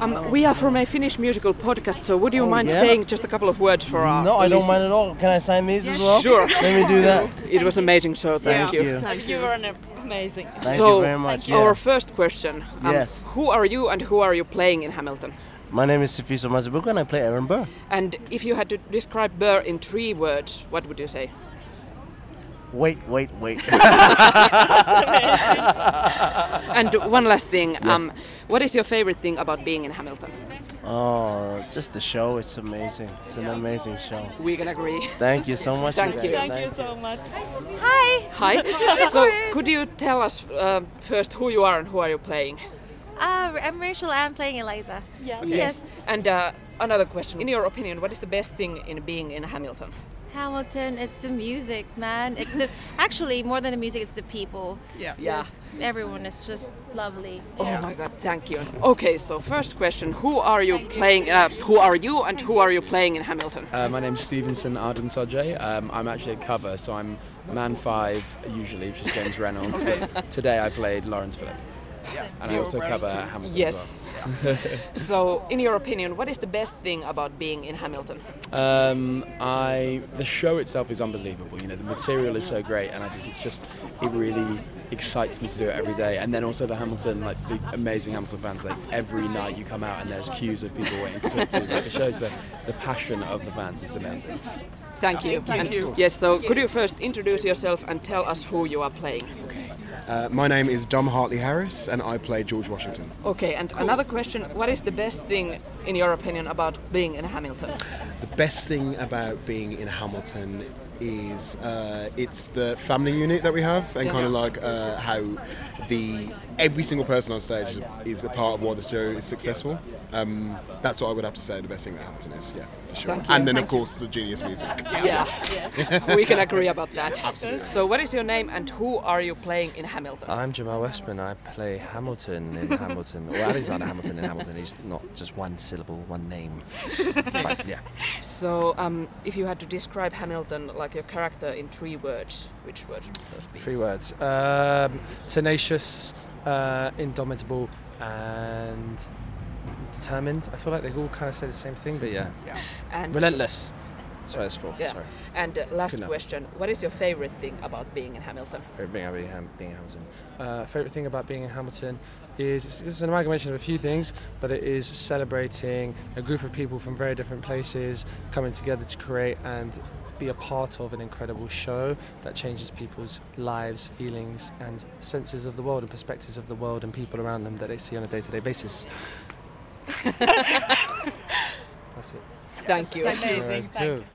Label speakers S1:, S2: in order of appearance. S1: Um, we are from a Finnish musical podcast, so would you
S2: Oh,
S1: mind
S2: yeah?
S1: saying just a couple of words for our
S2: No, I don't mind
S1: listeners?
S2: at all. Can I sign these as well?
S1: Sure.
S2: Let me do that.
S1: It was amazing show, thank
S2: Thank
S1: you.
S2: you.
S3: Thank you were an amazing.
S2: Thank
S1: so,
S2: you very much. yeah.
S1: our first question. um,
S2: Yes.
S1: Who are you and who are you playing in Hamilton?
S2: My name is Sifiso Mazibuko and I play Aaron Burr.
S1: And if you had to describe Burr in three words, what would you say?
S2: Wait, wait, wait.
S1: And one last thing. Um, what is your favorite thing about being in Hamilton?
S2: oh, just the show. It's amazing. It's an amazing show.
S1: We can agree.
S2: Thank you so much.
S1: Thank
S2: guys.
S1: you.
S3: Thank you so much.
S4: Hi,
S1: Hi. so, could you tell us uh, first who you are and who are you playing?
S4: uh, I'm Rachel. I'm playing Eliza. Yes.
S1: And uh, another question. In your opinion, what is the best thing in being in Hamilton?
S4: Hamilton. It's the music, man. It's the actually more than the music. It's the people.
S3: Yeah.
S1: Yeah.
S4: Yes, Everyone is just lovely.
S1: Oh my God! Thank you. Okay, so first question: Who are you playing? Uh, who are you and who are you playing in Hamilton?
S5: Uh, my name's Stevenson Arden Sajay. Um, I'm actually a cover, so I'm Man 5 usually, which is James Reynolds, but today I played Lawrence Phillip. And I also cover Hamilton
S1: Yes. so, in your opinion, what is the best thing about being in Hamilton?
S5: as well. Um, I, the show itself is unbelievable. You know, the material is so great, and I think it's just, it really excites me to do it every day. And then also the Hamilton, like the amazing Hamilton fans, like every night you come out and there's queues of people waiting to talk to you about the show. So the passion of the fans is amazing.
S1: Thank you. Thank you. Yes. So, could you first introduce yourself and tell us who you are playing?
S6: Uh, my name is Dom Hartley Harris, and I play George Washington.
S1: Okay. And another question: What is the best thing, in your opinion, about being in Hamilton?
S6: The best thing about being in Hamilton is uh, it's the family unit that we have, and kind of like uh, how the every single person on stage is, is a part of why the show is successful. Um, that's what I would have to say. The best thing about Hamilton is, yeah, for sure.
S1: Thank you.
S6: And then of course the genius music.
S1: Yeah. we can agree about that. Absolutely. So, what is your name and who are you playing in Hamilton?
S2: Uh,
S7: I'm Jamal Westman. I play Hamilton in Hamilton, or Alexander Hamilton in Hamilton. He's not just one syllable, one name. But, yeah.
S1: So, um, if you had to describe Hamilton like your character in three words, which words would those be?
S8: Three words. Um, tenacious, uh, indomitable, and determined. I feel like they all kind of say the same thing, but yeah.
S1: And
S8: Relentless. Sorry, that's four.
S1: yeah.
S8: Sorry.
S1: And uh, last
S8: Good enough.
S1: question: What is your favorite thing about being in Hamilton?
S7: Favorite thing about being, Ham- being Hamilton.
S8: Uh, favorite thing about being in Hamilton is it's, it's an amalgamation of a few things, but it is celebrating a group of people from very different places coming together to create and be a part of an incredible show that changes people's lives, feelings, and senses of the world and perspectives of the world and people around them that they see on a day-to-day basis. That's it.
S1: Thank you.
S8: Whereas
S3: Amazing.
S8: two.